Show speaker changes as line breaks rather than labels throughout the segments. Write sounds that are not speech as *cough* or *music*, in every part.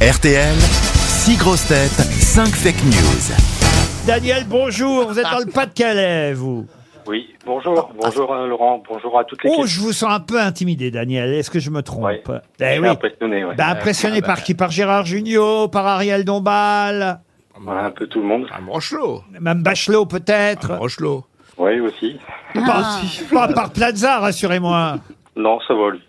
RTL, 6 grosses têtes, 5 fake news.
Daniel, bonjour. Vous êtes
*laughs*
dans le Pas-de-Calais, vous.
Oui, bonjour, bonjour euh, Laurent, bonjour à toutes les
Oh, je vous sens un peu intimidé, Daniel. Est-ce que je me trompe
Ouais.
Eh
Je suis
oui.
impressionné, ouais.
Bah, impressionné par qui Par Gérard Junior, par Ariel Dombal,
Voilà, un peu tout le monde.
Un Rochelot.
même Bachelot peut-être.
Rochelot.
Oui, aussi.
Ah,
Pas, pas par Plaza, rassurez-moi.
Non, ça va lui.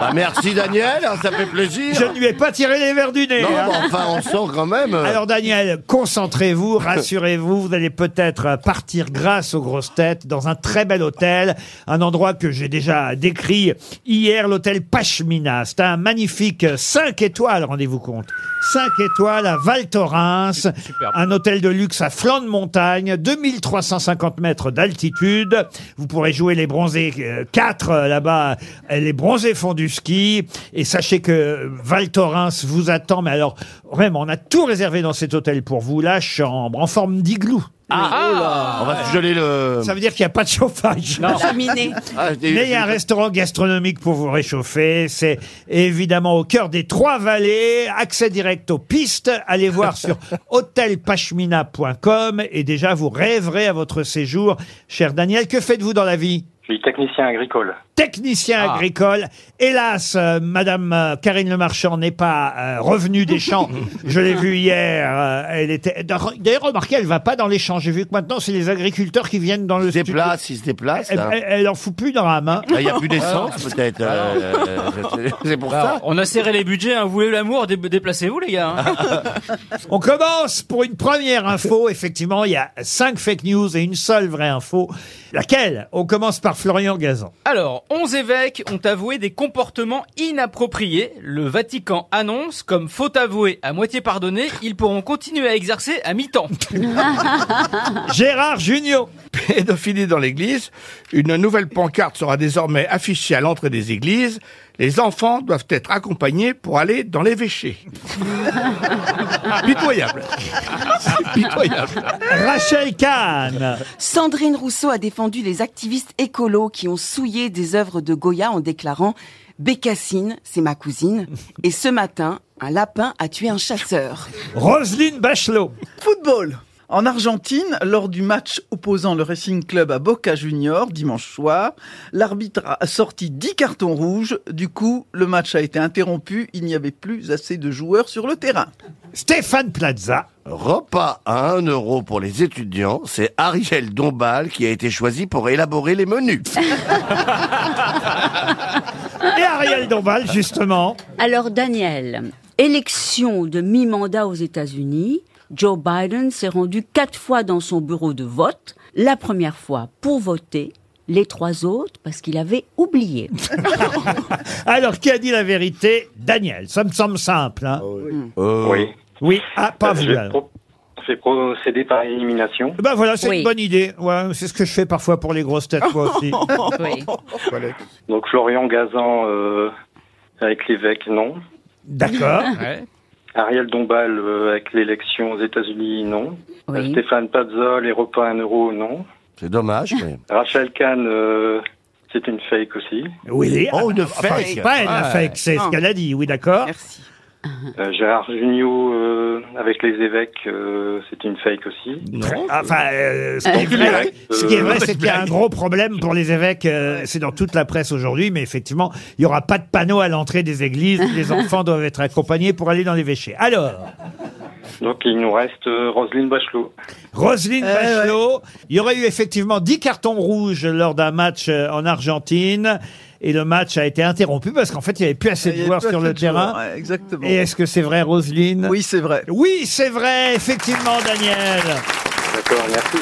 Ah, merci Daniel, hein, ça fait plaisir.
Je ne lui ai pas tiré les verres du nez.
Non,
hein.
mais enfin, on sent quand même. euh,
Alors Daniel, concentrez-vous, rassurez-vous, vous allez peut-être partir grâce aux grosses têtes dans un très bel hôtel, un endroit que j'ai déjà décrit hier, l'hôtel Pachmina. C'est un magnifique 5 étoiles, rendez-vous compte. 5 étoiles à Val Thorens, un hôtel de luxe à flanc de montagne, 2350 mètres d'altitude. Vous pourrez jouer les bronzés 4 là-bas, euh, les bronzés font du ski. Et sachez que euh, Val Thorens vous attend, mais alors vraiment, on a tout réservé dans cet hôtel pour vous, la chambre en forme d'igloo.
On va se geler le.
euh, Ça veut dire qu'il n'y a pas de chauffage.
Cheminée.
Ah, j'ai-
Mais il y a un restaurant gastronomique pour vous réchauffer. C'est évidemment au cœur des trois vallées. Accès direct aux pistes. Allez voir
*laughs*
sur hotelpashmina.com et déjà vous rêverez à votre séjour. Cher Daniel, que faites-vous dans la vie
Je suis technicien agricole.
Technicien
Ah.
agricole. Hélas, euh, Madame euh, Karine Le Marchand n'est pas euh, revenue des champs. Je l'ai vue hier. euh, elle était. D'ailleurs, remarquez, elle va pas dans les champs. J'ai vu que maintenant, c'est les agriculteurs qui viennent dans le
Il se
studio. Eh,
déplace, il se déplace.
Elle,
là.
elle- elle en fout plus dans la main.
Ah, Il n'y a plus
eh,
d'essence, peut-être. euh, euh, c'est pour ça.
Ah, On a serré les budgets, hein. vous voulez l'amour, dé- déplacez-vous les gars. hein.
On commence pour une première info. Effectivement, il y a cinq fake news et une seule vraie info. Laquelle On commence par Florian Gazan.
*laughs* Alors, 11 évêques ont avoué des comportements inappropriés. Le Vatican annonce, comme faute avouée à moitié pardonnée, ils pourront continuer à exercer à mi-temps. *laughs*
Gérard Junior.
pédophilie dans l'église. Une nouvelle pancarte sera désormais affichée à l'entrée des églises. Les enfants doivent être accompagnés pour aller dans
*laughs*
l'évêché. pitoyable. C'est pitoyable.
Rachel Kahn.
Sandrine Rousseau a défendu les activistes écolos qui ont souillé des œuvres de Goya en déclarant Bécassine, c'est ma cousine. Et ce matin, un lapin a tué un chasseur.
Roselyne Bachelot.
Football. En Argentine, lors du match opposant le Racing Club à Boca Junior dimanche soir, l'arbitre a sorti 10 cartons rouges. Du coup, le match a été interrompu. Il n'y avait plus assez de joueurs sur le terrain.
Stéphane Plaza.
Repas à 1 euro pour les étudiants, c'est Ariel Dombal qui a été choisi pour élaborer les
*laughs*
menus.
Et Ariel Dombal, justement.
Alors Daniel, élection de mi-mandat aux États-Unis, Joe Biden s'est rendu quatre fois dans son bureau de vote, la première fois pour voter, les trois autres parce qu'il avait oublié.
Alors, qui a dit la vérité Daniel. Ça me semble simple. hein.
Euh,
Oui.
Oui. Ah, pas
Euh,
vous.
je, vais
alors.
pro- je vais procéder par élimination.
Ben voilà, c'est
Oui.
une bonne idée. Ouais, c'est ce que je fais parfois pour les grosses têtes, moi
*laughs*
aussi.
Donc Florian Gazan euh, avec l'évêque, non.
D'accord.
Ariel Dombal euh, avec l'élection aux États-Unis, non. Euh,
Oui.
Stéphane Pazol, les repas à 1 euro, non.
C'est dommage. Mais...
Rachel Kahn, euh, c'est une fake aussi.
Oui.
Oh, une
Enfin,
fake.
c'est pas elle, la fake, c'est ce
Non.
qu'elle a dit. Oui, d'accord.
Merci.
Euh, Gérard Jugnot euh, avec les évêques, euh, c'est une fake aussi.
Non.
Enfin, euh, ce qui
*laughs*
est vrai,
blague.
ce qui est
Euh,
vrai, c'est qu'il y a un gros problème pour les évêques. euh, c'est dans toute la presse aujourd'hui, mais effectivement, il n'y aura pas de panneau à l'entrée des églises.
*laughs*
Les enfants doivent être accompagnés pour aller dans l'évêché. Alors,
Donc il nous reste euh, Roselyne Bachelot.
Euh,
Roselyne Bachelot, il y aurait eu effectivement 10 cartons rouges lors d'un match euh, en Argentine. Et le match a été interrompu parce qu'en fait, il n'y avait plus assez
Il
de
y a
joueurs
peu
sur
assez
le
de joueurs,
terrain.
ouais, exactement.
Et est-ce que c'est vrai, Roselyne
Oui, c'est vrai.
Oui, c'est vrai, effectivement, Daniel.
D'accord, merci.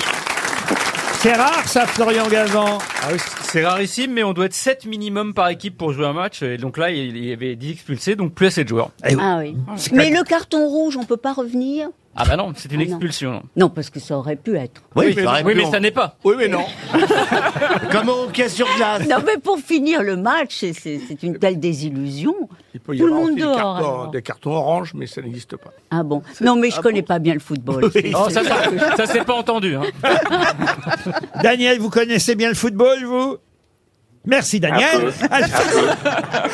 C'est rare, ça, Florian Gazan.
Ah oui, c- c'est rarissime, mais on doit être 7 minimum par équipe pour jouer un match. Et donc là, il y avait 10 expulsés, donc plus assez de joueurs.
Ah oui. Mais le carton rouge, on peut pas revenir
Ah bah non, c'est une
Ah non.
expulsion. non.
Non, parce que ça aurait pu être.
Oui,
mais,
ça aurait
oui,
pu
mais
en-
ça hein. n'est pas.
Oui, mais non.
Comme au hockey sur glace.
*laughs*
Non, mais pour finir le match, c'est- c'est c'est une telle désillusion.
Il peut y
Tout le
avoir
monde
aussi des
dehors,
cartons,
alors.
des cartons oranges, mais ça n'existe pas.
Ah bon Non, mais je connais pas bien le football. C'est-
Oh, ça, ça, ça s'est pas entendu. Hein.
Daniel, vous connaissez bien le football, vous Merci Daniel. Ah,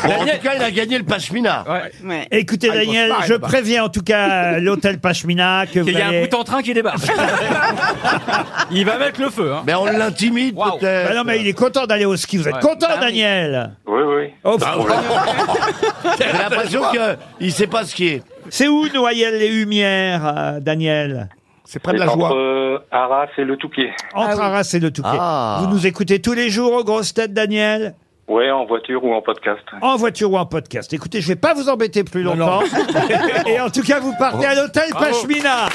Bon, en tout cas, il a gagné le Pashmina.
Ouais.
Écoutez
Ah, il
Daniel,
bosse pas,
je
là-bas.
préviens en tout cas euh, l'hôtel Pachmina que vous
Il y a un
allez...
bout en train qui débarque. *laughs* il va mettre le feu. Hein.
Mais on l'intimide
Waouh.
peut-être.
Bah non mais il est content d'aller au ski, vous êtes
Ouais.
content
Bah oui. Bah
Daniel
Oui, oui.
Oh,
Ah,
J'ai l'impression qu'il sait pas ce qui est.
C'est où Noyelles les Humières, euh, Daniel
C'est près de
C'est
la
entre
joie.
euh, Arras et le Toupier.
Entre Arras et le Touquet.
Ah.
Vous nous écoutez tous les jours aux grosses têtes Daniel
Ouais, en voiture ou en podcast.
en voiture ou en
*laughs*
podcast. Écoutez, je vais pas vous embêter plus longtemps. Et en tout cas, vous partez à l'hôtel Pachmina.